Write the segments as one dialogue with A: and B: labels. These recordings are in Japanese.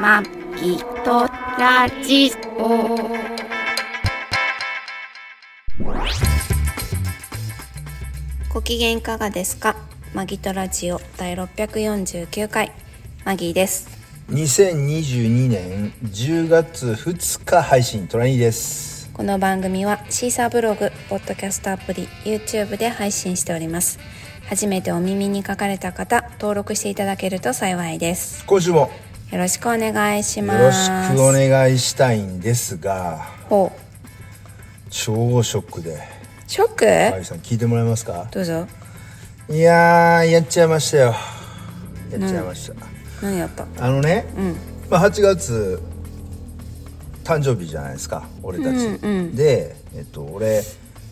A: まきとラジオ。ご機嫌いかがですか。マギトラジオ第649回マギーです。
B: 2022年10月2日配信トラニーです
A: この番組はシーサーブログ、ポッドキャストアプリ、YouTube で配信しております。初めてお耳に書かれた方、登録していただけると幸いです。
B: 今週も
A: よろしくお願いし
B: よ
A: ま
B: ろし
A: す。
B: くお願いしたいんですが
A: ほう。
B: 超ショックで
A: ショック、
B: マギさん聞いてもらえますか
A: どうぞ。
B: いやーやっちゃいましたよやっちゃいました、
A: 何やった
B: あのね、まあ、8月誕生日じゃないですか俺たち、で、えっと、俺、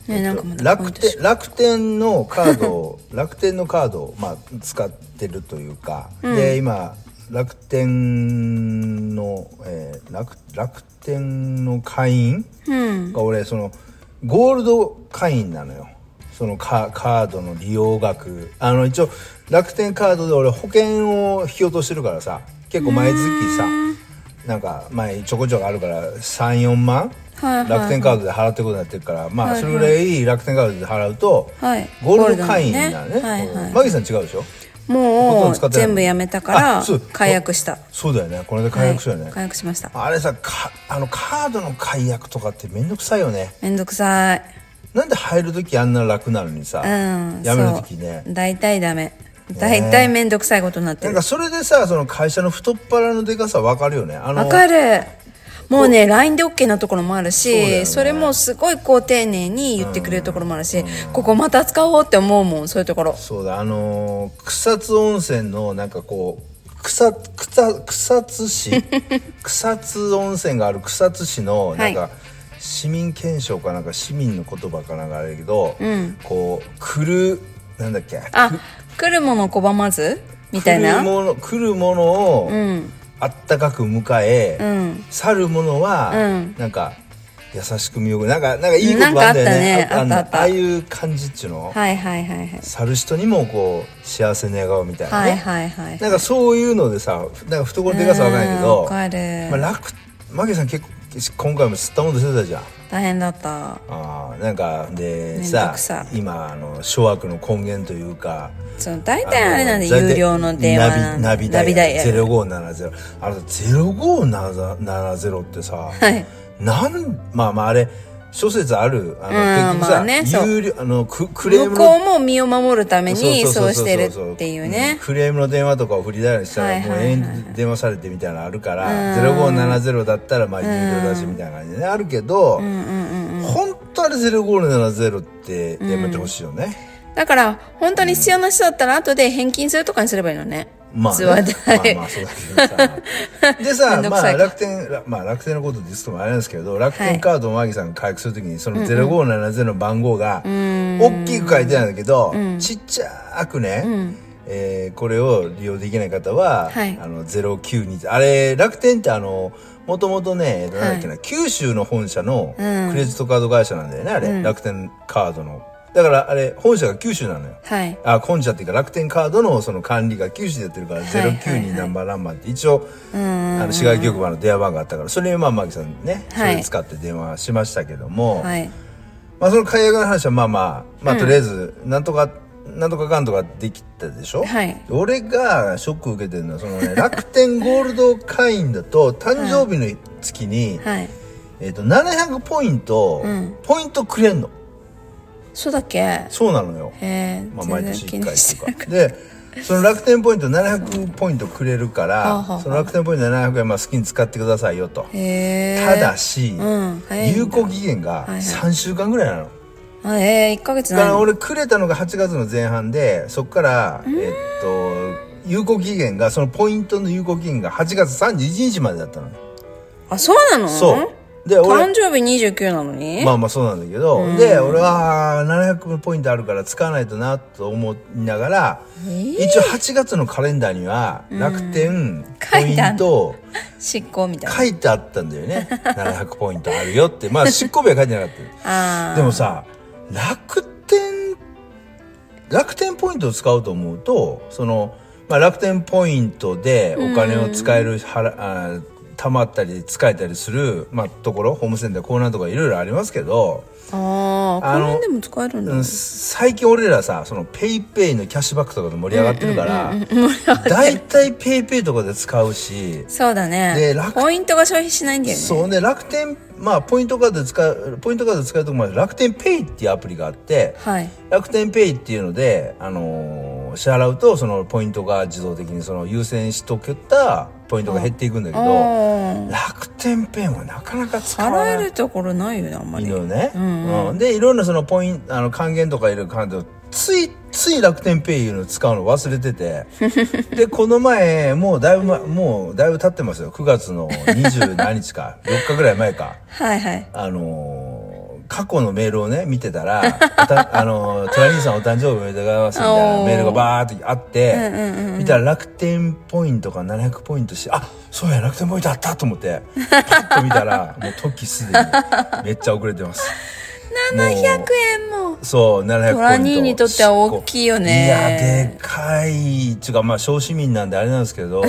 A: ね
B: え
A: なん
B: っ
A: かま
B: と、
A: だ
B: 楽天楽天のカード を楽天のカードを、まあ、使ってるというか、で今楽天の、えー楽楽天の会員が俺そのゴールド会員なのよそのカカードの利用額あの一応楽天カードで俺保険を引き落としてるからさ結構毎月さなんか前ちょこちょこあるから34万、
A: はいはいはい
B: 楽天カードで払ってことになってるからまあそれぐらい楽天カードで払うと、
A: はい
B: ゴールド会員なのね
A: ゴールドのねはいはい
B: マギさん違うでしょほとん
A: も
B: ど使
A: う
B: ってない
A: 全部やめたか
B: あ
A: ら
B: そう
A: 解約した
B: そうだよねこれで解約したよね、
A: はい解約しました
B: あれさかあのカードの解約とかってめんどくさいよね
A: めんどくさい
B: なんで入る時あんな楽なのにさ、
A: うん
B: やめる時ね
A: そう大体ダメ大体めんどくさいことになって
B: なん
A: る
B: かそれでさその会社の太っ腹のでかさ分かるよねあの
A: わかるもうね LINE で OK なところもあるしそ,、
B: そうだよね
A: れもすごいこう丁寧に言ってくれるところもあるし、ここまた使おうって思うもんそういうところ
B: そうだあのー草津温泉のなんかこう草草草津 市草津温泉がある草津市のなんか、
A: はい
B: 市民憲章かなんか市民の言葉かなんかあれだけど、こう来るなんだっけ
A: あ来るもの拒まずみたい
B: 来る
A: な
B: もの来るものを、あったかく迎え、
A: ん
B: 去るものは、
A: うん
B: なんか優しく見送るなんかなんかいい言葉あんだよね
A: なんかあったねあったあ
B: の
A: った
B: ああいう感じっちゅうの、
A: はいはいはいはい
B: 去る人にもこう幸せに笑顔みたいな
A: は
B: ね、
A: いはいはい
B: なんかそういうのでさなんか懐でかさわかんないけ
A: うん
B: ど
A: わかる
B: まあ、楽マギさん結構今回も吸ったもんしてたじゃん
A: 大変だった
B: あーなんかで
A: めんど
B: さ
A: くさ
B: 今あの諸悪の根源というか
A: その大体あれなんで
B: の
A: 有料の電話なんで
B: ナビ
A: ナ
B: ナ
A: ビ
B: ビ
A: ダ
B: ダ
A: イ
B: イ
A: ヤ
B: ヤ
A: ル
B: 0570あれ0570ってさ、
A: はい
B: なんまあまああれ諸説あるあ
A: うん
B: の結局
A: ま
B: さ、
A: あねそう
B: 有料あのククレー
A: 向
B: ム
A: こ
B: の
A: うも身を守るために
B: そ
A: そう
B: そ
A: し
B: ううそうそうそう
A: てるっていうね
B: んクレームの電話とかを振りダイヤルしたらもう
A: はいはいはいはい
B: 延々電話されてみたいなのあるか
A: うん
B: ら0570だったらまあ有料だしみたいな感じでねあるけど本当あれ0570ってやめてほしいよね
A: だから本当に必要な人だったら後で返金するとかにすればいいのね
B: まあ、
A: 通
B: ね、
A: 話
B: まあ
A: 代
B: まあそうだけどさで
A: め
B: さ
A: んどく
B: ま
A: さい
B: あ楽天らまあ楽天のことディスともあれなんですけど楽天カードをマギさんが回復するときにその0570の番号が大きく書いてあるんだけどちっちゃくね、えーこれを利用できない方は、
A: はい
B: あの092あれ楽天ってあのもともとね、えっとなんだっけな、九州の本社のク
A: うん
B: レジットカード会社なんだよね、あれ、楽天カードの。だからあれ、本社が九州なのよ。
A: はい
B: あ、コンジャっていうか楽天カードのその管理が九州でやってるから、
A: はいはい
B: 092ナンバーランバーって一応、あの市外局番の電話番号があったから、それにまあ、マギさんね、そ
A: はい
B: れ使って電話しましたけども、
A: はい
B: まあその解約の話はまあまあ、まあとりあえず、なんとか、なんとかかんとかできたでしょ
A: はい
B: 俺がショック受けてるのは、そのね、 楽天ゴールド会員だと、誕生日の月に、
A: はい
B: えっと、700ポイント、
A: ん
B: ポイントくれんの。
A: そうだっけへ
B: そうなのよ。
A: え
B: まあ、毎
A: 全
B: 年
A: 然気
B: 1
A: に
B: 回
A: してなかっ
B: とかでその楽天ポイント700ポイントくれる
A: は
B: か
A: あ
B: ら
A: はあ
B: その楽天ポイント700円まあ好きに使ってくださいよと
A: たへえ
B: ただし
A: うん早いんだ
B: 有効期限が
A: はいはい
B: 3週間ぐらいなの
A: あえー、1ヶ月
B: だか
A: ない
B: ら
A: の
B: 俺くれたのが8月の前半でそっからえっと有効期限がそのポイントの有効期限が8月31日までだったの
A: あそうなの
B: そうで俺
A: 誕生日29なのに、
B: まあまあそうなんだけどで俺はあー700ポイントあるから使わないとなと思いながら
A: えー
B: 一応8月のカレンダーには楽天ポイント
A: 執行みたい
B: 書いてあったんだよ ね700ポイントあるよってまあ執行日は書いてなかっ
A: なあ
B: た
A: ー
B: でもさ楽天楽天ポイントを使うと思うとその、ままあ、楽天ポイントでお金を使える、はらあー貯まったり使えたりする、まあ、ところホームセンターコーナーとかいろいろありますけど、
A: ああ
B: あ
A: こ
B: の
A: の辺でも使えるんだ、
B: うん最近俺らさそのペイペイのキャッシュバックとかで盛り上がってるから大体、ペイペイとかで使うし
A: そうだね
B: で楽
A: ポイントが消費しないんだよね
B: そうね楽天まあポイントカードで使うポイントカードで使うとこまで楽天ペイっていうアプリがあって
A: はい
B: 楽天ペイっていうので、あのー支払うとそのポイントが自動的にその優先しとけたポイントが減っていくんだけ
A: あ
B: ど
A: ー
B: 楽天ペイはなかなか使わない
A: 払えるところないよねあんま
B: いい
A: り
B: のよね、
A: んう
B: うんでいろんなそのポインあの還元とかいろいろ関係ついつい楽天ペイいうの使うの忘れ ててでこの前もうだいぶ、ま、もうだいぶ経ってますよ9月の20何日か4日ぐらい前か
A: はいはい
B: あのー過去のメールをね見てた ら「おたあのートラニーさんお誕生日おめでとうございます」みたい
A: お
B: な
A: ー
B: メールがバーってあって、
A: うんうんうん
B: 見たら楽天ポイントが700ポイントしあそうや楽天ポイントあったと思ってパッと見 たらもう時すでにめっちゃ遅れてます
A: 700
B: 700
A: 円も
B: そう700ポイント
A: トラニーにとっては大きいよね
B: いやでかいちゅうかまあ小市民なんであれなんですけ ど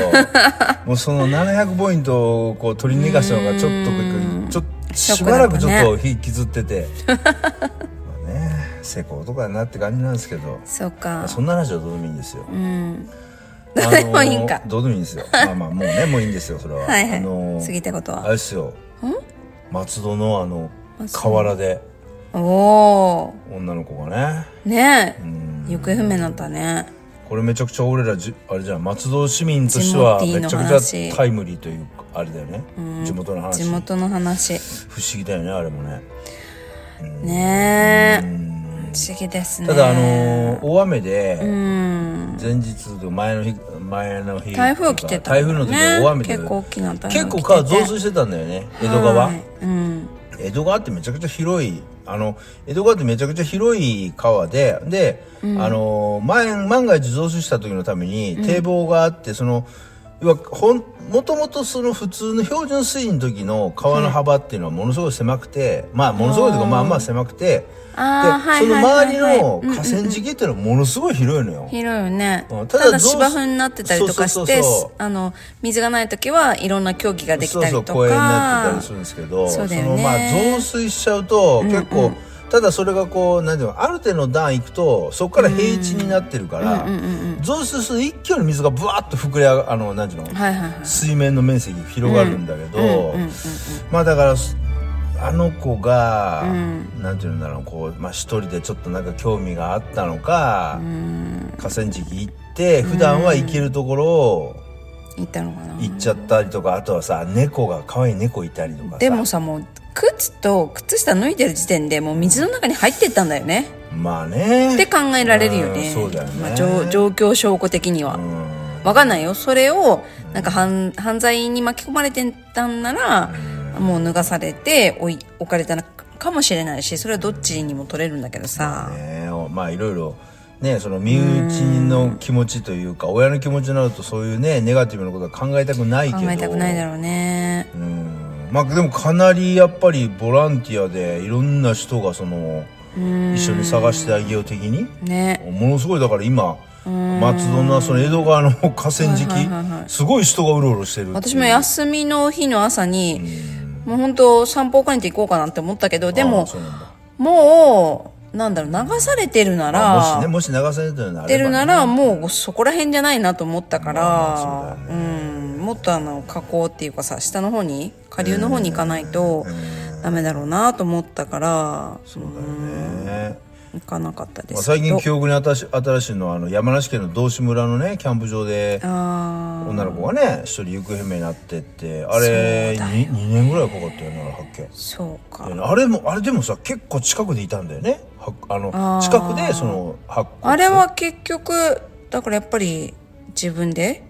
B: もうその700ポイントをこう取り逃がしたのがちょっとびっくりちょっと
A: ショ
B: し
A: ック
B: ば
A: だっ
B: ら
A: たね
B: くちょっと引きずっててまあね成功とかになって感じなんですけど
A: そうか
B: そんな話はどうでもいいんですよ
A: うん
B: あ
A: ど
B: の
A: うで もいいんか
B: どうでもいいんですよ。まあまあ、もうね、もういいんですよ、それは。
A: はいはい、
B: あの
A: 過ぎたこと
B: あれ
A: は
B: ですよ。松戸のあの、河原で、
A: おお
B: 女の子がね。
A: ーねえ
B: うん
A: 行方不明になったね
B: これめちゃくちゃ俺らじ、あれじゃん、松戸市民としては、
A: 地元
B: め
A: の
B: ち
A: 話
B: ゃくちゃタイムリーというか、あれだよね
A: うん。
B: 地元の
A: 地
B: 話。
A: 元の話
B: 不思議だよね、あれもね。
A: ね
B: う
A: え
B: ん
A: 不思議ですね
B: ただ、あの、大雨
A: う
B: で、
A: ん
B: 前日と前の日、前の日。
A: 台風来てた
B: 台風の時は大雨で
A: ね、結構大きな台風来て
B: 結構川増水してたんだよね、江戸川。
A: はいうん
B: 江戸川ってめちゃくちゃ広いあの江戸川ってめちゃくちゃ広い川でで、あの前万が一増水した時のために堤防があって、その要はほんもともとその普通の標準水位の時の川の幅っていうのはものすごい狭くて、まあものすごいというかまあまあ狭くてで
A: ああはい
B: その
A: はいはい、
B: 周り
A: はい、
B: の河川敷っていうのはものすごい広いのよ。
A: 広いよね、
B: うん
A: ただ
B: ただどう
A: 芝生になってたりとかして
B: そうそうそうそう
A: あの水がない時はいろんな競技ができたりとか
B: そうそう公園になってたりするんですけど
A: そうだよね
B: のまあ増水しちゃうと結構、ただそれがこう何ていうのある程度の段行くとそこから平地になってるから、増水すると一挙に水がブワッと膨れ上があの何ていうの、
A: はいはいはい
B: 水面の面積が広がるんだけど、まあだからあの子が、なんていうんだろうこう、まあ、一人でちょっとなんか興味があったのか、河川敷行って普段は行けるところを
A: 行ったのかな
B: 行っちゃったりとかあとはさ猫が可愛い猫いたりとかさ
A: でもさもう靴と靴下脱いでる時点でもう水の中に入ってったんだよね
B: まあね
A: って考えられるよね
B: うんそうだよね
A: まあ、状状況証拠的には、
B: うん
A: わかんないよそれをなんか犯犯罪に巻き込まれてたんなら、もう脱がされて置い置かれたのかもしれないしそれはどっちにも取れるんだけどさ、
B: ねまあいろいろねその身内の気持ちというか親の気持ちになるとそういうねネガティブなことは考えたくないけど
A: 考えたくないだろうね
B: うんまあでもかなりやっぱりボランティアでいろんな人がその一緒に探してあげよう的に
A: ね
B: ものすごいだから今松戸のその江戸川の河川敷、
A: はいはいはいはい
B: すごい人がうろうろしてるっていう
A: 私も休みの日の朝に、もう本当散歩を兼ねて行こうかなって思ったけどで
B: あ
A: も
B: あそうなんだ
A: もうなんだろう流されてるなら、
B: あもしねもし流されてるな
A: ってるな
B: ら
A: らもうそこら辺じゃないなと思ったから、
B: まあまあそうだ
A: うん、もっとあの河口っていうかさ下の方に下流の方に行かないとダメだろうなと思ったから、
B: あればね
A: うん行かなかったで
B: まあ、
A: すけ
B: 最
A: ど、
B: 近記憶に新し新しいのはあの山梨県の道志村のねキャンプ場で
A: ああ
B: 女の子がね一人行方不明になってってあれ
A: そうだ
B: 2, 年ぐらいかかったよねあれ発見
A: そうか
B: であれもあれでもさ結構近くでいたんだよねはあの
A: あー
B: 近くでその発掘
A: あれは結局だからやっぱり自分で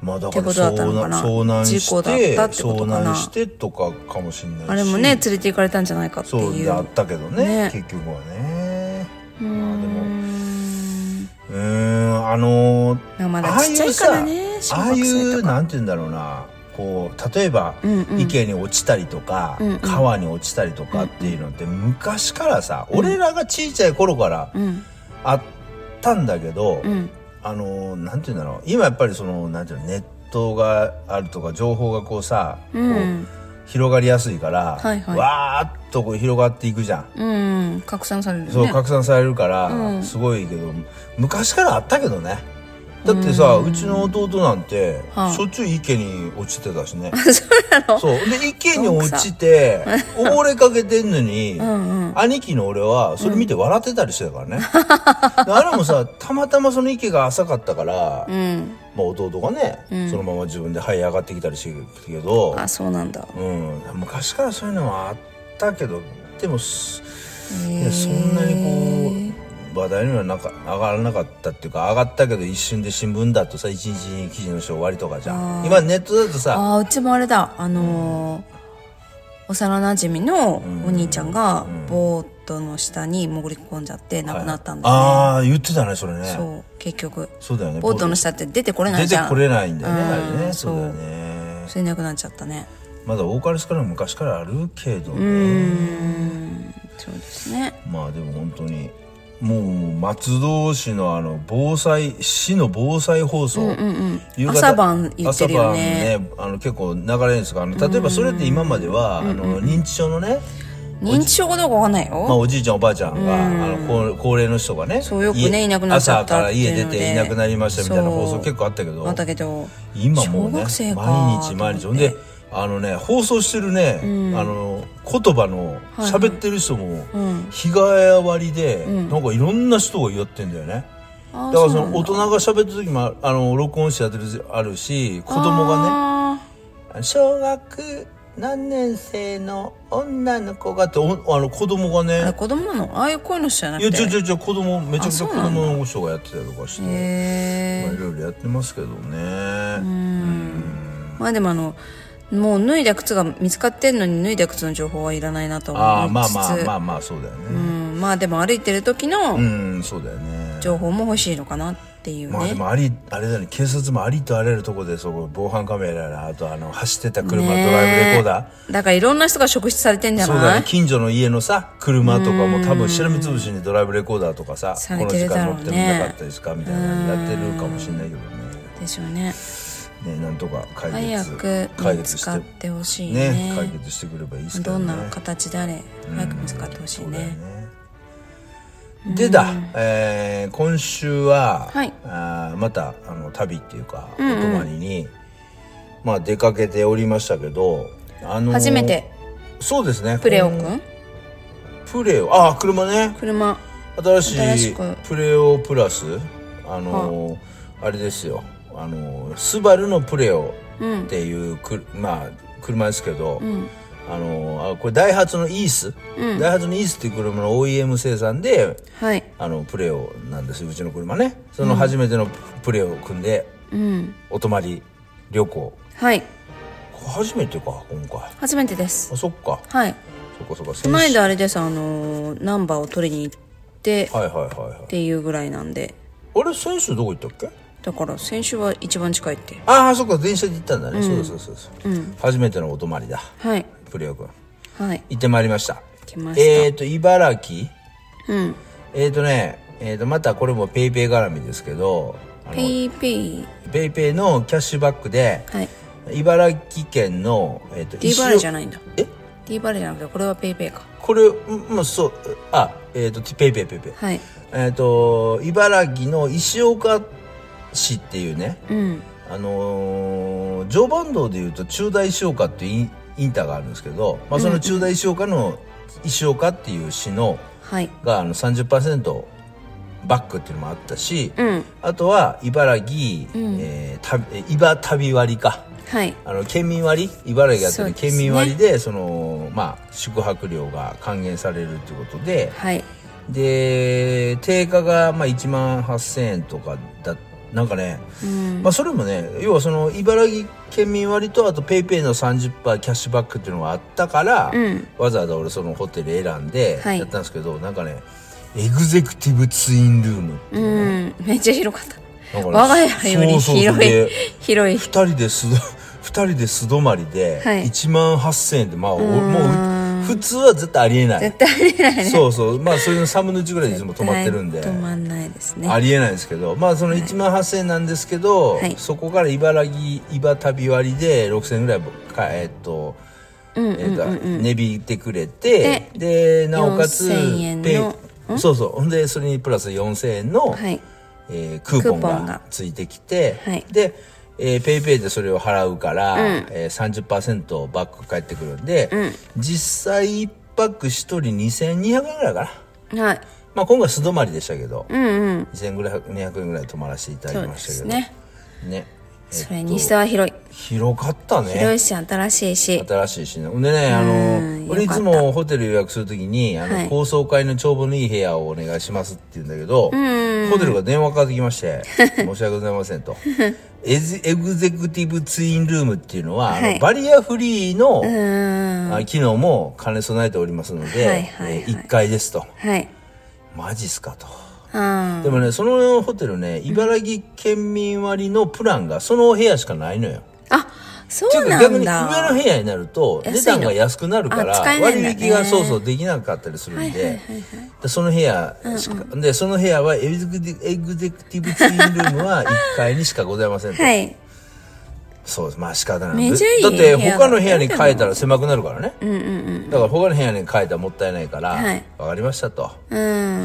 B: まあだから
A: ってことだった
B: 遭
A: のか
B: 難
A: な
B: 遭難して
A: 事故だったってことかな
B: 遭難してとかかもしれないし
A: あれもね連れて行かれたんじゃないかって
B: そう
A: いう
B: だったけどね
A: ね
B: 結局はね
A: うー
B: まあでも
A: ん
B: うーんあのー
A: まあま
B: あ
A: だ
B: あ
A: ちっ
B: い
A: ちゃ
B: う
A: いからね
B: さ
A: 小
B: ああい
A: 学生
B: う
A: とか
B: なんて言うんだろうなこう例えば、
A: うんうん
B: 池に落ちたりとか、
A: うんうん
B: 川に落ちたりとかっていうのって昔からさ、俺らが小さい頃から
A: うん
B: あったんだけど、
A: うん
B: あのなんていうんだろう今やっぱりそのなんていうのネットがあるとか情報がこうさ、
A: うん
B: こう広がりやすいから、
A: はいはい
B: わーっとこう広がっていくじゃん。
A: うん拡散されるね
B: そう拡散されるから、
A: うん
B: すごいけど昔からあったけどねだってさうちの弟なんて、
A: はい
B: しょっちゅう池に落ちてたしね
A: そうなの
B: そうで池に落ち て溺れかけてんのに、
A: うんうん
B: 兄貴の俺はそれ見て笑ってたりしてた からね、あれもさたまたまその池が浅かったから、
A: うん
B: まあ、弟がね、そのまま自分で這い上がってきたりしてるけど、
A: あそうなんだ
B: うん、昔からそういうのはあったけどでもすい
A: へ
B: や
A: ー
B: そんなにこう話題にはなんか上がらなかったっていうか上がったけど一瞬で新聞だとさ一日に記事の人終わりとかじゃん今ネットだとさ
A: あーうちもあれだあのー幼なじみのお兄ちゃんがボートの下に潜り込んじゃって亡くなったんだよね、
B: ああ言ってたねそれねそう
A: そう結局
B: だよね
A: ボートの下って出てこれない
B: 出
A: じ
B: て
A: ゃん
B: これないんだよね、
A: うん
B: あれね
A: そ
B: そううだよね
A: それで亡くなっちゃったね
B: まだ多かれ少なから昔からあるけど
A: う
B: ね
A: んそうですね
B: まあでも本当にもう松戸市のあの防災市の防災放送、
A: うんう
B: 夕
A: ん
B: 方
A: 朝晩言ってるよね
B: 朝晩ねあの結構流れるんですがあの例えばそれって今までは、あの認知症のね、
A: 認知症かどうかわかんないよ、
B: まあ、おじいちゃんおばあちゃんが、あの高高齢の人がね
A: そうよくね
B: 家
A: いなくなっちゃった
B: 朝から家
A: っていう
B: 出
A: ので
B: ていなくなりましたみたいな
A: そう
B: 放送結構あったけど
A: あったけど
B: 今
A: 小
B: もうね
A: 学生か
B: 毎日毎日ほんであのね放送してるね、あの言葉の
A: い
B: 喋ってる人も
A: うん
B: 日替わりで、なんかいろんな人がやってんだよね。
A: あー
B: だから
A: う
B: そ
A: なん
B: の大人が喋ってる時もあの録音してやってる時あるし子供がね
A: あ
B: 小学何年生の女の子がっておあの子供が
A: ーあれ
B: ね
A: 子供なのああいう声の人じゃないく
B: や
A: て
B: ちょちょちょ子供めちゃくちゃ
A: あ
B: 子
A: そうなんだ
B: 供の人がやってたりとかして、
A: へ
B: まあ、い
A: ー
B: ろいろやってますけどね、
A: まあでもあのもう脱いだ靴が見つかってんのに脱いだ靴の情報はいらないなと思いつつ
B: ああまあまあまあまあそうだよ
A: う
B: ね
A: ん、まあでも歩いてる時
B: う
A: の
B: ん、そうだよね
A: 情報も欲しいのかなっていうね、
B: まあでもありあれだね警察もありとあらゆるところでそこ防犯カメラやあとあの走ってた車、
A: ねえ
B: ドライブレコーダー
A: だからいろんな人が職質されてんじゃ
B: そう
A: な
B: だ
A: い
B: ね近所の家のさ車とかも多分しらみつぶしにドライブレコーダーとかさ
A: さ
B: こ
A: れ
B: の
A: て
B: 時
A: るだ
B: 間乗
A: ろう
B: っ
A: ね
B: てみなかったですかみたいなのやってるかもしれないけどね
A: でしょうね
B: ねなんとか解
A: 早
B: 決
A: く
B: 解
A: 見
B: 決
A: つ
B: し
A: かっててほしいね
B: ね解決してくればいいですけ
A: ど
B: ど
A: ん
B: ね
A: な形であれ早く見つかってほしい
B: そうだよ
A: ね、
B: ねでだ、えー今週は、
A: はい
B: あーまたあの旅っていうか、
A: んうん
B: お泊まりに、まあ、出かけておりましたけど、あのー
A: 初めて
B: そうですね
A: プレオく
B: この
A: ん
B: プレオああ車ね
A: 車
B: 新し
A: 新
B: い
A: しく
B: プレオプラスあのーあれですよあのースバルのプレオ
A: うん
B: っていうくまあ車ですけど、
A: うん
B: あのーあこれダイハツのイース、ダイハツのイースっていう車の OEM 生産で
A: はい
B: あのプレオなんですうちの車ねその初めてのプレオを組んで
A: うん
B: お泊まり旅行
A: はい
B: これ初めてか今回
A: 初めてです
B: あそっか
A: はい
B: そっかそっか
A: この間あれですあのーナンバーを取りに行ってっ
B: はいはいはいはい
A: ていうぐらいなんで
B: あれ先週どこ行ったっけ
A: だから先週は一番近いって
B: ああそっか電車で行ったんだね、そうだそうだそうだ、初めてのお泊まりだ
A: はい
B: プレオ君
A: はい
B: 行ってまいりました
A: 来ました
B: えっ、ー、と茨城
A: うん
B: えっ、ー、とねえー、とまたこれもペイペイ絡みですけどあの
A: ペイペイ
B: ペイペイのキャッシュバックで
A: はい
B: 茨城県の、えー、と
A: D バレーじゃないんだ
B: え
A: D バレーじゃなくてこれはペイペイか
B: これもそうあえっ、ー、とペイペイペイペイ、
A: はい
B: えっ、ー、と茨城の石岡市っていうね
A: うん
B: あのー常磐道でいうと中大石岡っていうインインターがあるんですけど、まあ、その中大石岡の石岡っていう市の
A: はい
B: があの30%バックっていうのもあったし、
A: うん
B: あとは茨城、えーたえー茨旅割か
A: はい
B: あの県民割茨城やって
A: そう
B: る
A: ですね
B: 県民割でその、まあ、宿泊料が還元されるということで
A: はい
B: で定価がまあ1万8000円とかだなんかね、
A: うん
B: まあ、それもね要はその茨城県民割とあとペイペイの30%キャッシュバックっていうのがあったから、
A: うん
B: わざわざ俺そのホテル選んで
A: はい
B: やったんですけど、なんかねエグゼクティブツインルームって
A: う
B: いうね、
A: んめっちゃ広かった
B: なんかね
A: 我が家より
B: そうそう
A: 広い
B: で
A: 広い
B: 2人で素 二人で素泊まりで
A: はい
B: 1万8000円で、まあおもう
A: ーん
B: う普通は絶対ありえない
A: 絶対ありえないね。
B: そうそうまあそういう3分の1ぐらいでいつも止まってる んで
A: 止まんないですね。
B: ありえないですけどまあその1万8000円なんですけど、
A: はい
B: そこから茨城茨旅割で6000円ぐらいかえっと、えっと値引いてくれてでなおかつ
A: 4000円の
B: ペイ
A: ん
B: そうそうほんでそれにプラス4000円の、
A: はい。
B: えークーポン
A: クーポン
B: が
A: が
B: ついてきて、
A: はい
B: で、えー、ペイペイでそれを払うから、えー、30%バック返ってくるんで、実際1泊1人2200円ぐらいかな、
A: はい。
B: まあ、今回素泊まりでしたけど、
A: うんうん。
B: 2200円ぐらい泊まらせていた
A: そ
B: だき
A: う
B: ま
A: で
B: した
A: す
B: けど
A: ね。
B: ね
A: それにしては広い。
B: 広かった
A: 広
B: ね
A: いし、新しいし。
B: 新しいしねほんでねあ
A: うん
B: の俺い
A: よかった
B: つもホテル予約するときにあの、
A: はい
B: 高層階の帳簿のいい部屋をお願いしますって言うんだけど、ホテルが電話かかってきま して「申し訳ございません」と「エズエグゼクティブツインルームっていうのは、あの
A: はい
B: バリアフリーの、
A: うーん。
B: あ機能も兼ね備えておりますので、
A: はいはいはい
B: え1階です」と
A: はい。
B: 「マジっすか」と。
A: あ
B: でもね、そのホテルね、茨城県民割のプランがその部屋しかないのよ。
A: あ。あ、そ
B: っていううか
A: な
B: 逆に
A: んだ。
B: 上の部屋になると
A: 安い
B: 値
A: の
B: 段が安くなるから
A: あ使えないんだね
B: 割引がそうそうできなかったりするんででその部屋しかでその部屋はエグゼクティブエグゼクティブツインルームは1階にしかございませんと
A: はい。
B: そうですまあ仕方ない
A: めちゃいい
B: だって
A: 部屋だ
B: 他の部屋に変えたら狭くなるからねだから他の部屋に変えたらもったいないから
A: はい
B: わかりましたと
A: うん。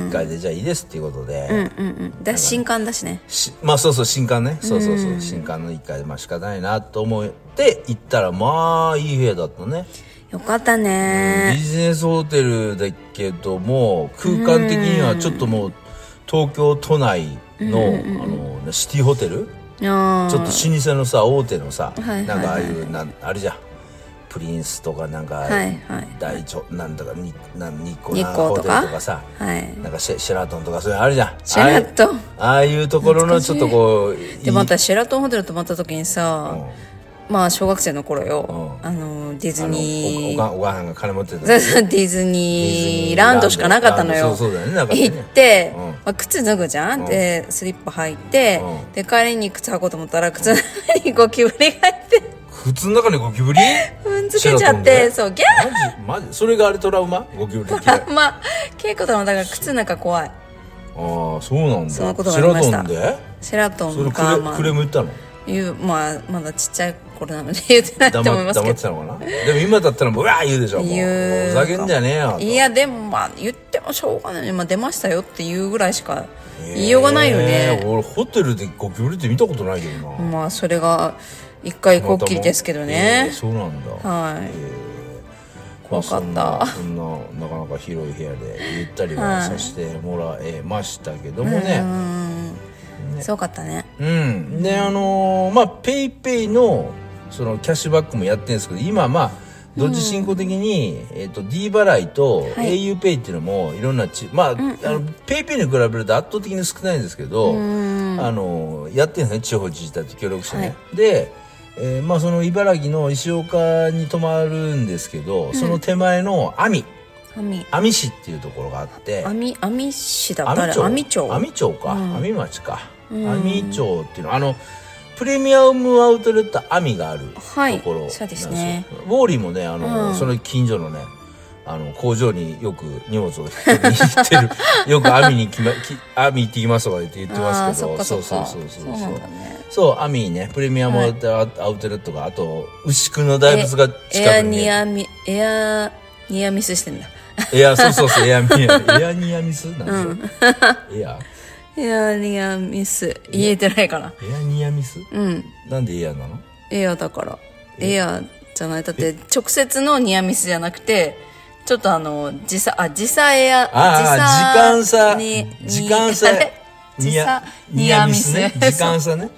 B: 1階でじゃあいいですっていうこと
A: う
B: で
A: んうんうん。だ、新刊だしね。
B: しまあそうそう新館ねそうそうそう新館の1階でまあ仕方ないなと思って行ったらまあいい部屋だったね
A: よかったね
B: ビジネスホテルだけども空間的にはちょっともう東京都内の,、あのねシティホテル
A: あ
B: ちょっと老舗のさ大手のさ、
A: いはいはい
B: なんかああいうなんあれじゃんプリンスとかなんか、
A: はいはい
B: 大ちょなんだかになん日光
A: 日
B: な
A: 光
B: ホ
A: と
B: テル
A: か
B: とかさ
A: はい。
B: なんかシェシェラトンとかそういうのあるじゃん
A: シェラトン
B: ああいうああいうところのちょっとこう
A: でも
B: いい
A: 私シェラトンホテル泊まった時にさ、まあ小学生の頃よ、
B: うん
A: あのディ
B: あ
A: ズ
B: のお
A: ニ
B: お
A: ー
B: かお母さんが金持ってた
A: そうそうディズニーランドしかなかったのよ
B: そうそうだよねなんかね
A: 行って、
B: うん
A: まあ、靴脱ぐじゃん、でスリッパ履いて、
B: うん
A: で帰りに靴履こうと思ったら靴の中にゴキブリが入って
B: 普通の中にゴキブリ
A: 踏んづけちゃってそうギャ
B: マジマジそれがあれトラウマゴキブリ ってあ
A: ーまあ稽古だのだから靴なんか怖い
B: あそうなんだ
A: そんなことがありました
B: シェラトンで
A: シェラト
B: それ
A: ン
B: ク
A: かま
B: レクレー
A: あ
B: ム言ったの
A: いうまあまだちっちゃい頃なので言ってないと思い
B: 黙っ
A: ます
B: 黙
A: け
B: って
A: ど
B: たのかなでも今だったらもううわー言うでしょもう
A: 言う
B: ふざけんじゃねえよと
A: いやでもまあ言ってもしょうがない、まあ、出ましたよっていうぐらいしか言いようがないよ
B: え
A: ね
B: ー、俺ホテルでゴキブリって見たことないけどな
A: まあそれが一回こっきりですけど
B: えー
A: ね、
B: そうなんだ
A: はい、
B: まあ
A: 怖かった
B: そんなそんななかなか広い部屋でゆったりはさせてもらえましたけどもね、
A: うんすごかったね
B: うん、であのーまあペイペイのそのキャッシュバックもやってるんですけど今まあ同時進行的に、えっと D 払いと
A: はい
B: au ペイっていうのもいろんなち、まあ,、あのペイペイに比べると圧倒的に少ないんですけど、あのーやってるんですね地方自治体と協力してね。
A: はい
B: で、えーまあ、その茨城の石岡に泊まるんですけど、その手前の阿美
A: 網
B: 阿美市っていうところがあって。
A: 網網市だ
B: 網
A: 誰
B: 町
A: 網町
B: 網町か、網町か、網町っていうのはあのプレミアムアウトレット網があると
A: はい
B: ころなんです
A: そう
B: よ、
A: ですね
B: ウォーリーもねあの、
A: うん
B: その近所のねあの工場によく荷物を引き取りに行って るよく網に来、ま、き網行ってきますとか言って言って
A: ああー
B: ます
A: そ
B: け
A: っ
B: ど
A: かそっか
B: そうそうそう
A: そ
B: そうう
A: な
B: そ
A: ん
B: う
A: だね
B: そう網にねプレミアムアウト,、アウトレットがあと牛久の大仏が
A: エア
B: 近くに
A: ニアミエアニアミスしてんだ
B: いやそうそうそうエアミアエアニアミスなんですよ、エア
A: エアニアミス言えてないかな
B: エアニアミス
A: うん
B: なんでエアなの
A: エアだからエアじゃないだって直接のニアミスじゃなくてちょっとあの時差あ時差エア
B: ああ、時間差。
A: に
B: 時間差
A: に あれ。時差ニアミス
B: ね。 時間差ね。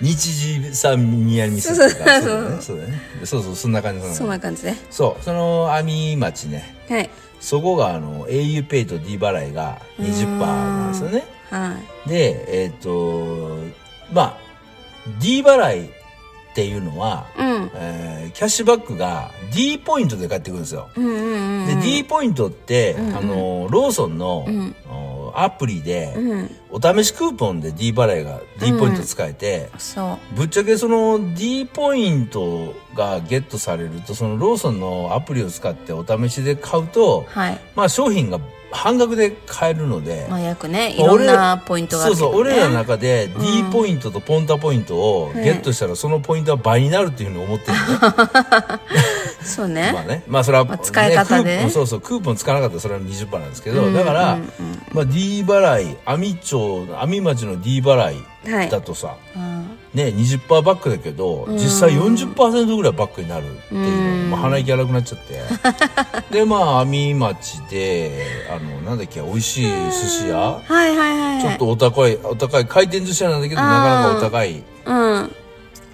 B: 日時差ニアミスとか。そうだね。そうだね。そうそう、そんな感じ。
A: そ
B: そ
A: ん
B: んな感
A: な感じね
B: じそう、その阿見町ね。
A: はい
B: そこがあの auPay と D 払いが20%なんですよね。
A: は
B: で、えっ、と、まあ、D 払いっていうのは、
A: いうん
B: えーキャッシュバックが D ポイントで返ってくるんですよ。
A: うんうんうん
B: で D ポイントって、あのローソンの、あのアプリで、お試しクーポンで D 払いが D ポイント使えて、
A: そう
B: ぶっちゃけその D ポイントがゲットされるとそのローソンのアプリを使ってお試しで買うと、
A: はい
B: まあ商品が半額で買えるので、
A: まあ約ねい
B: まあ
A: ろん
B: 俺ら
A: なポイントがあるけど、ね、
B: そうそう俺らの中で D ポイントとポンタポイントをゲットしたらそのポイントは倍になるっていうふうに思ってるのね、
A: そうね
B: まあねまあそれは、
A: まあ使い方で
B: クーポンそうそうクーポン使わなかったらそれは20%なんですけど、だから、まあ、D 払い網町網町の D 払
A: はい
B: いだとさ、
A: うん
B: ね、20%バックだけど実際40%ぐらいバックになるっていうまあ、鼻息荒くなっちゃってでまあ網町であのなんだっけ美味しい寿司屋
A: はいはいはい
B: ちょ
A: は
B: っ
A: い
B: とお高いお高い回転寿司屋なんだけど
A: あ
B: な
A: ー
B: かなかお高い
A: うん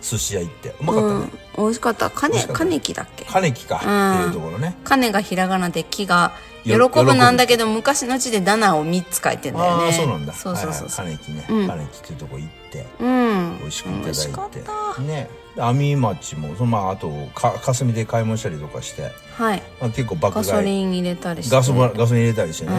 B: 寿司屋行ってうまかったね、
A: 美味しかった
B: 美
A: 金
B: 味しかった
A: 金木だっけ
B: 金木かっていうところね
A: 金がひらがなで木が喜
B: よ
A: ぶなんだけど昔の字でダナを3つ書いてんだよ
B: あ
A: ね
B: あそうなんだ
A: そうそうそうそう、
B: はいはい金木ね、金木っていうとこ行って
A: うん
B: 美味しくいた
A: 美味しか
B: だ
A: っ
B: い
A: た
B: てね網町もそのまああとか霞で買い物したりとかして、
A: はい
B: まあ、結構爆
A: ガ
B: 買い
A: ソリン入れたりして
B: ガソガソリン入れたりしてね、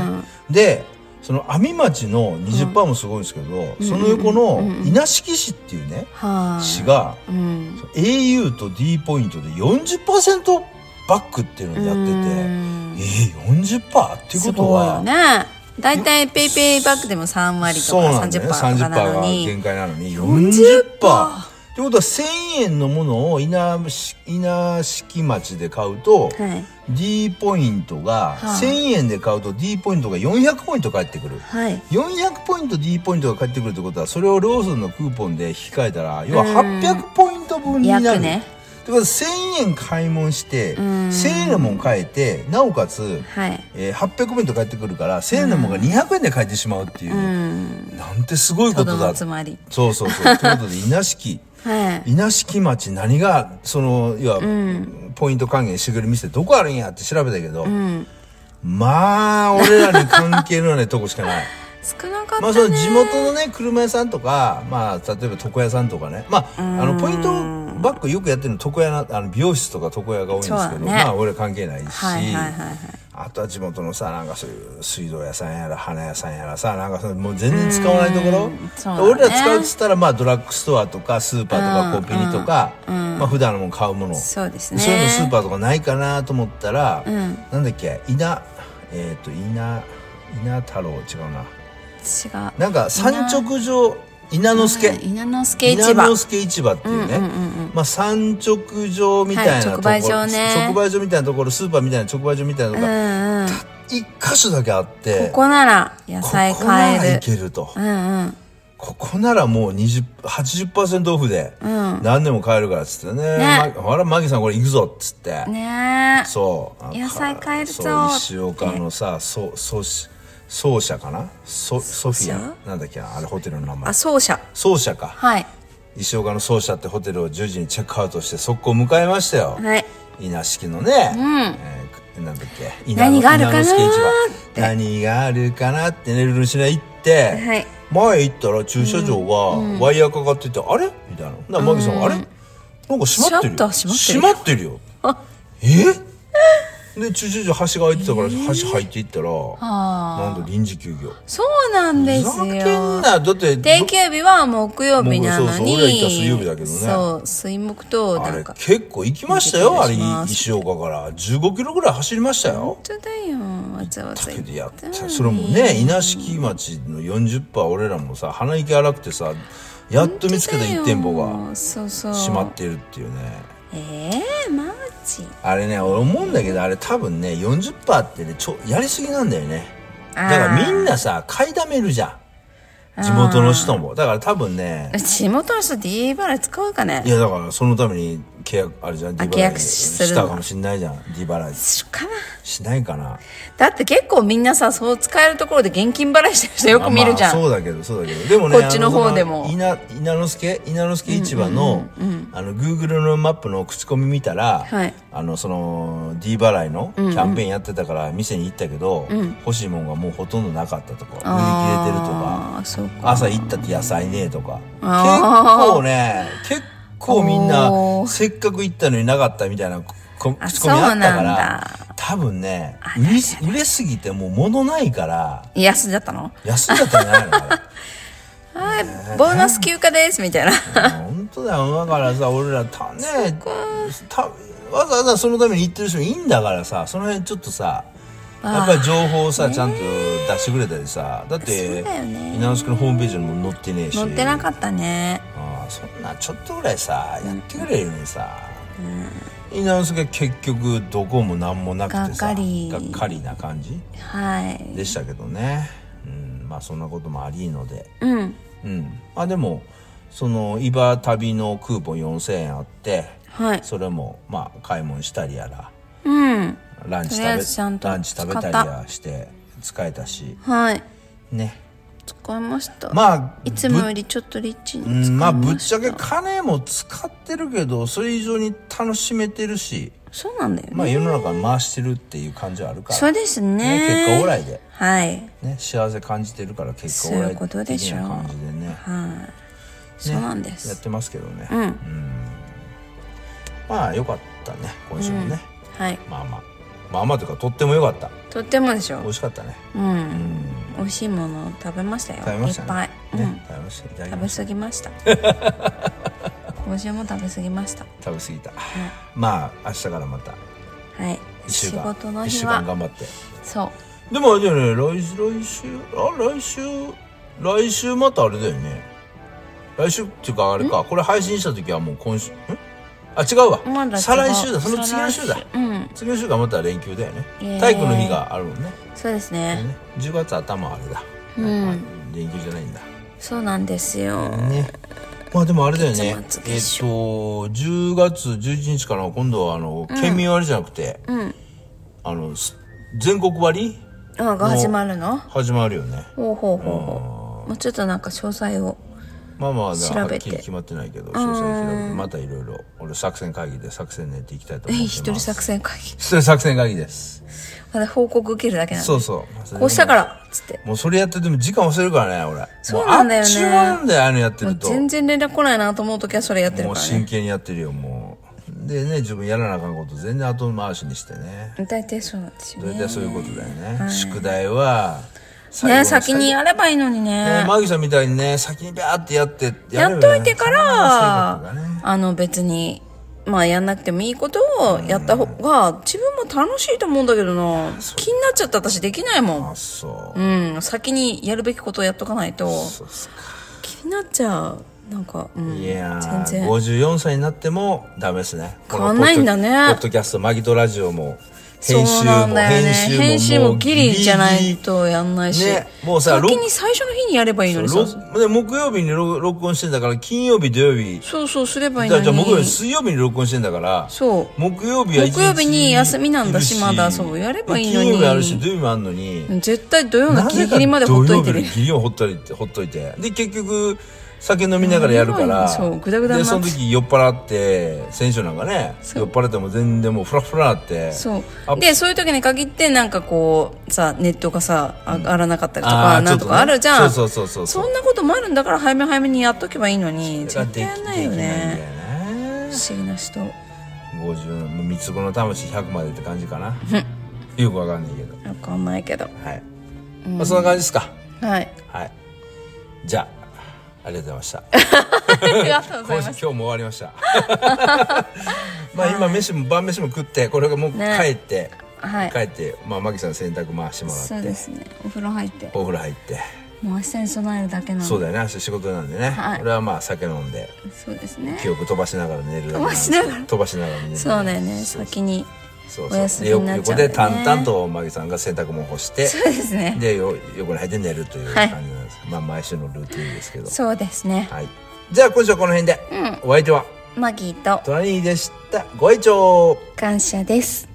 B: でその網町の20%もすごいんですけど、その横の稲敷市っていうね、
A: は
B: 市が、
A: い、うん、
B: その au と d ポイントで40%バックっていうのをやってて、えー、40%? っていう
A: す
B: こと
A: ごいよ
B: は、
A: ねだいたいペイペイバックでも3割と
B: そう
A: か
B: なん
A: 30%
B: だよ
A: と
B: ね
A: かな
B: 30%
A: の
B: が
A: に
B: 限界なのに 40%,
A: 40%
B: ってことは1000円のものを稲敷稲敷町で買うと、
A: はい、
B: D ポイントが、
A: はあ
B: 1000円で買うと D ポイントが400ポイント返ってくる。
A: はい、
B: 400ポイント D ポイントが返ってくるってことはそれをローソンのクーポンで引き換えたら要は800ポイント分になる
A: 約ね
B: ってことは1000円買い物して1000円のもん買えてなおかつ、
A: はい
B: えー800ポイント返ってくるから1000円のもんが200円で買えてしまうっていう、なんてすごいこ
A: 子
B: と
A: 供
B: だ
A: つまり
B: そうそう そうということで稲敷
A: はい
B: 稲敷町何がその要は、ポイント還元してくれる店どこあるんやって調べたけど、まあ俺らに関係のないとこしかない。
A: 少なかったね、
B: まあその地元のね車屋さんとか、まあ、例えば床屋さんとかね、まあ、あのポイントバックよくやってるの床屋なあの美容室とか床屋が多いんですけ
A: そうだ
B: ど、
A: ね
B: まあ俺関係ないし、
A: はいはいはいはい
B: あとは地元のさなんかそういう水道屋さんやら花屋さんやらさなんかそのもう全然使わないところ、
A: そうだね
B: 俺ら使うっつったら、まあ、ドラッグストアとかスーパーとかコンビニとか、まあ普段のもん買うもの
A: そうですね
B: そういうのスーパーとかないかなと思ったら、なんだっけ稲えっ、と稲稲太郎違うな。
A: 違う
B: なんか産直場稲之助
A: 稲之助
B: 稲
A: 市場
B: 之助市場っていうね、まあ産直場みたいなところ、
A: はい直売所ね
B: 直売所みたいなところスーパーみたいな直売所みたいなとこ
A: う
B: ろ
A: ん
B: が
A: うん
B: 一箇所だけあって
A: ここなら野菜
B: ここな
A: 買
B: ら
A: え
B: い
A: る
B: けると、
A: うんうん
B: ここならもう20 80%オフで何でも買えるからっつってね
A: ね
B: まあらマギさんこれ行くぞっつって、
A: ねえ
B: そう
A: 野菜買えるぞ
B: そう石岡のさ、そうそうし奏者かなソソフ
A: 奏
B: ィアなんだっけなあれホテルの名前
A: あ奏者
B: 奏者か
A: はい
B: 石岡の奏者ってホテルを10時にチェックアウトして速攻迎えましたよ、
A: はい
B: 稲敷のね、えーなんだっけ稲
A: 何があるかなー
B: 稲之助市
A: っ
B: 場何があるかなってねルルシナ行って、
A: はい
B: 前行ったら駐車場がワイヤーかかってて、あれみたいななマギさん、あれなんか閉まって
A: シャ
B: るよ
A: ッター閉
B: 閉まってるよえで駐車場端が開いてたから端入っていったら、なんと臨時休業
A: そうなんで
B: ふ
A: す
B: ざけん
A: よ
B: なだって
A: 定休日は木曜日なのに
B: 木そうそう俺ら行った水曜日だけどね
A: そう水木と
B: あ
A: なん
B: れ
A: か
B: 結構行きました
A: びっ
B: よあ
A: く
B: れ
A: りします
B: 石岡から15キロぐらい走りましたよ
A: 本当だよわざわざ
B: だけど
A: 行
B: や
A: っ
B: っ
A: たの
B: た
A: に
B: それもね稲敷町の40%俺らもさ鼻息荒くてさやっと見つけた1店舗が
A: そうそう
B: 閉まってるっていうね
A: ええマジ
B: あれね俺思うんだけどあれ多分ね40%ってねちょやりすぎなんだよねだからみんなさ買いだめるじゃん地元の人もだから多分ね
A: 地元の人 D 払い使うかね
B: いやだからそのために契約あれじゃん D
A: あ契
B: 払い
A: 約する
B: したかもしんないじゃん D 払い
A: しかな
B: しないかな
A: だって結構みんなさそう使えるところで現金払いしてる人よく見るじゃん、
B: まあまあそうだけどそうだけどでもね
A: こっちの方でも
B: あの稲稲之助稲之助市場の、あの Google のマップの口コミ見たら、
A: はい
B: あのその D 払いのキャンペーンやってたから店に行ったけど、欲しいもんがもうほとんどなかったとか売り切れてるとか
A: ああそうか
B: 朝行ったって野菜ねえとか結
A: あー
B: 構ね結構みん
A: お
B: な
A: ー
B: せっかく行ったのになかったみたいなコ
A: あ
B: ツッコミあ
A: そ
B: ったか
A: うなん
B: ら多分ね売りす売れすぎてもう物ないから
A: 安だったの
B: 休んじゃったんじゃないのかな
A: はい、ボーナス休暇ですみたいな。
B: 本当だよだからさ俺らたねたわざわざそのために行ってる人もいいんだからさその辺ちょっとさやっぱり情報をさ、ちゃんと出してくれたりさだって
A: そうだよね
B: 稲之助のホームページにも載ってねえし
A: 乗ってなかったね。
B: ああそんなちょっとぐらいさやってくれるのにさ、稲之助は結局どこも何もなくてさ
A: がっかり
B: がっかりな感じ
A: はい。
B: でしたけどね、うん、まあそんなこともありので
A: うん。
B: うんあでもそのイバ旅のクーポン4000円あって
A: はい。
B: それもまあ買い物したりやら
A: うん。
B: ランチ
A: とりあえずちゃ
B: 食
A: ん
B: べ
A: と
B: ランチ食べたりやして使えたし
A: はい。
B: ね
A: 使いました。
B: まあ
A: いつもよりちょっとリッチに使いま
B: う
A: した。
B: んまあぶっちゃけ金も使ってるけどそれ以上に楽しめてるし
A: そうなんだよね。
B: まあ世の中回してるっていう感じはあるから
A: そうですね。
B: ね結果オーライで、
A: はい。
B: ね、幸せ感じてるから結
A: そう
B: 果オー
A: い
B: ラ
A: う
B: イ
A: ことで
B: 的
A: しょう
B: な感じでね
A: はい。そうなんで
B: やっ
A: す。
B: てますけどね、
A: うん。
B: まあよかったね今週もね、
A: はい。
B: まあまあまあまあというかとってもよかった
A: とってもでし
B: 美
A: ょ
B: 味しかったね
A: う。うん。美味しいものを食べましたよ。
B: 食べましたね
A: いっぱい。う
B: ね
A: ん。
B: 食べましたいただき
A: 食
B: ま
A: べ
B: し
A: 過ぎました。 今週も食べ過ぎました。
B: た食べ過ぎた、まあ明日からまた
A: はい。
B: 一週
A: 仕
B: 間
A: 事の
B: 一
A: 日
B: 週間
A: は。
B: 頑張って
A: そう。
B: でもあれだよね来来週あ来週来週またあれだよね来週っていうかあれかこれ配信した時はもう今週んあ違うわ、
A: まだ違う
B: 再来週だその次の週だ
A: 再来週うん
B: 次の週がまた連休だよね
A: イエーイ
B: 体育の日があるもんね
A: そうですね。
B: ね10月頭あれだ、うん、連休じゃないんだ
A: そうなんですよ。
B: ねまあでもあれだよね
A: 月末
B: えっ
A: 月初
B: と10月11日から今度はあの県民割じゃなくて、
A: うん。
B: あのす全国割
A: あ、が始まるの
B: 始まるよね
A: ほうほうほうほう。もうちょっとなんか詳細を。
B: まあまあ、だから
A: 調べて
B: はっきり決まってないけど、詳細調べて、またいろいろ、俺作戦会議で作戦練っていきたいと思ってます。
A: 一人作戦会議。
B: 一人 作戦会議です。
A: まだ報告受けるだけなの。
B: そうそう。
A: こうしたから、つって。
B: もうそれやってても時間忘れるからね、俺。
A: そうなんだよね
B: もあっちゅう間なんだよ、ああのやってると。
A: 全然連絡来ないなと思うときはそれやってる
B: もう
A: から
B: 真
A: ね。
B: 剣にやってるよ、もう。でね、自分やらなあかんこと全然後回しにしてね。
A: 大体そうなんですよ
B: 大
A: ね。
B: 体そういうことだよね。宿題は、最後
A: ね、先に。やればいいのに
B: 最後
A: ね
B: ね。マギさんみたいにね、先にビャーってやって、
A: や
B: れ
A: っ
B: ば
A: と
B: ね
A: いてか
B: そういうこと
A: ら
B: だね、
A: あの別に、まあやんなくてもいいことをやった方が、自分も楽しいと思うんだけどな。気になっちゃった私できないもん。
B: あ、そう
A: う。ん、先にやるべきことをやっとかないと
B: そうっすか。
A: 気になっちゃうなんか、うん、
B: いや
A: 全
B: ー、
A: 然
B: 54歳になってもダメですね。
A: 変わんないんだね
B: このポッドポッドキャスト、マギトラジオも、編
A: そ
B: 集
A: うなん
B: も、
A: だよね
B: 編集も、
A: 編集もギリじゃないとやんないし、
B: ねもうさ
A: 先
B: ろ
A: に最初の日にやればいいのに
B: ろ
A: さ
B: で木曜日に録録音してんだから、金曜日、土曜日、
A: そうそうすればいい
B: じゃ
A: の
B: あ
A: に
B: じゃあ木曜日、水曜日に録音してんだから、
A: そう
B: 木曜日は一日
A: 木曜日に休みなんだし
B: いる
A: まだそうやればいいのに
B: 金曜日あるし、土曜日もあるのに、
A: 絶対土曜
B: な
A: のギ
B: ぜ
A: リ
B: か
A: ギリまでほっといてる
B: 土曜日のギリをほっといて、ほっといて。で、結局、酒飲みながらやるから。
A: そうグダグダ
B: で、
A: にな
B: そ
A: っ
B: の
A: て
B: 時酔っ払って、選手なんかね、
A: そう
B: 酔っ払っても全然もうフラフラなって。
A: そ
B: あ
A: うでそういう時に限ってなんかこうさネットがさ上がらなかったりと
B: あ
A: か
B: ー
A: なんとかあるじゃん、
B: ちょっとねそうそうそうそう
A: そんなこともあるんだから早め早めにやっとけばいいのに
B: それ
A: 絶対
B: ができ
A: やんないよ
B: でき
A: ね
B: ないんだよね
A: 不思議な人
B: 50、もう三つ子の魂100までって感じかな。よくわかんないけど。
A: わかんないけど
B: はい。まあ、そんな感じですか。
A: はい
B: はい。じゃあ、ありがとうございました。
A: ありがとうござい
B: 今
A: ます
B: 週今日も終わりました まあ今飯も晩飯も食ってこれがもう帰って、
A: はい
B: 帰ってまあマギさん洗濯回しても
A: そ
B: ら
A: う
B: っ
A: で
B: て
A: すねお風呂入っても
B: お風呂入って、
A: う明日に備えるだけなの
B: そうだよね明日仕事なんでね、
A: はい
B: 俺はまあ酒飲んで
A: そうですね
B: 記憶飛ばしながら寝るだけなんです
A: 飛ばしながら
B: 飛ばしながら寝る
A: そうだよね先に
B: そう
A: お
B: そう
A: 休みになっちゃうんだ
B: で
A: よね
B: 横で淡々とマギさんが洗濯も干して
A: そうですね
B: でよ横に入って寝るという
A: は
B: 感
A: い
B: じなんです、まあ毎週のルーティンですけど
A: そうですね
B: はいじゃあ今週はこの辺で、お相手は
A: マギーと
B: トラニーでしたご愛聴
A: 感謝です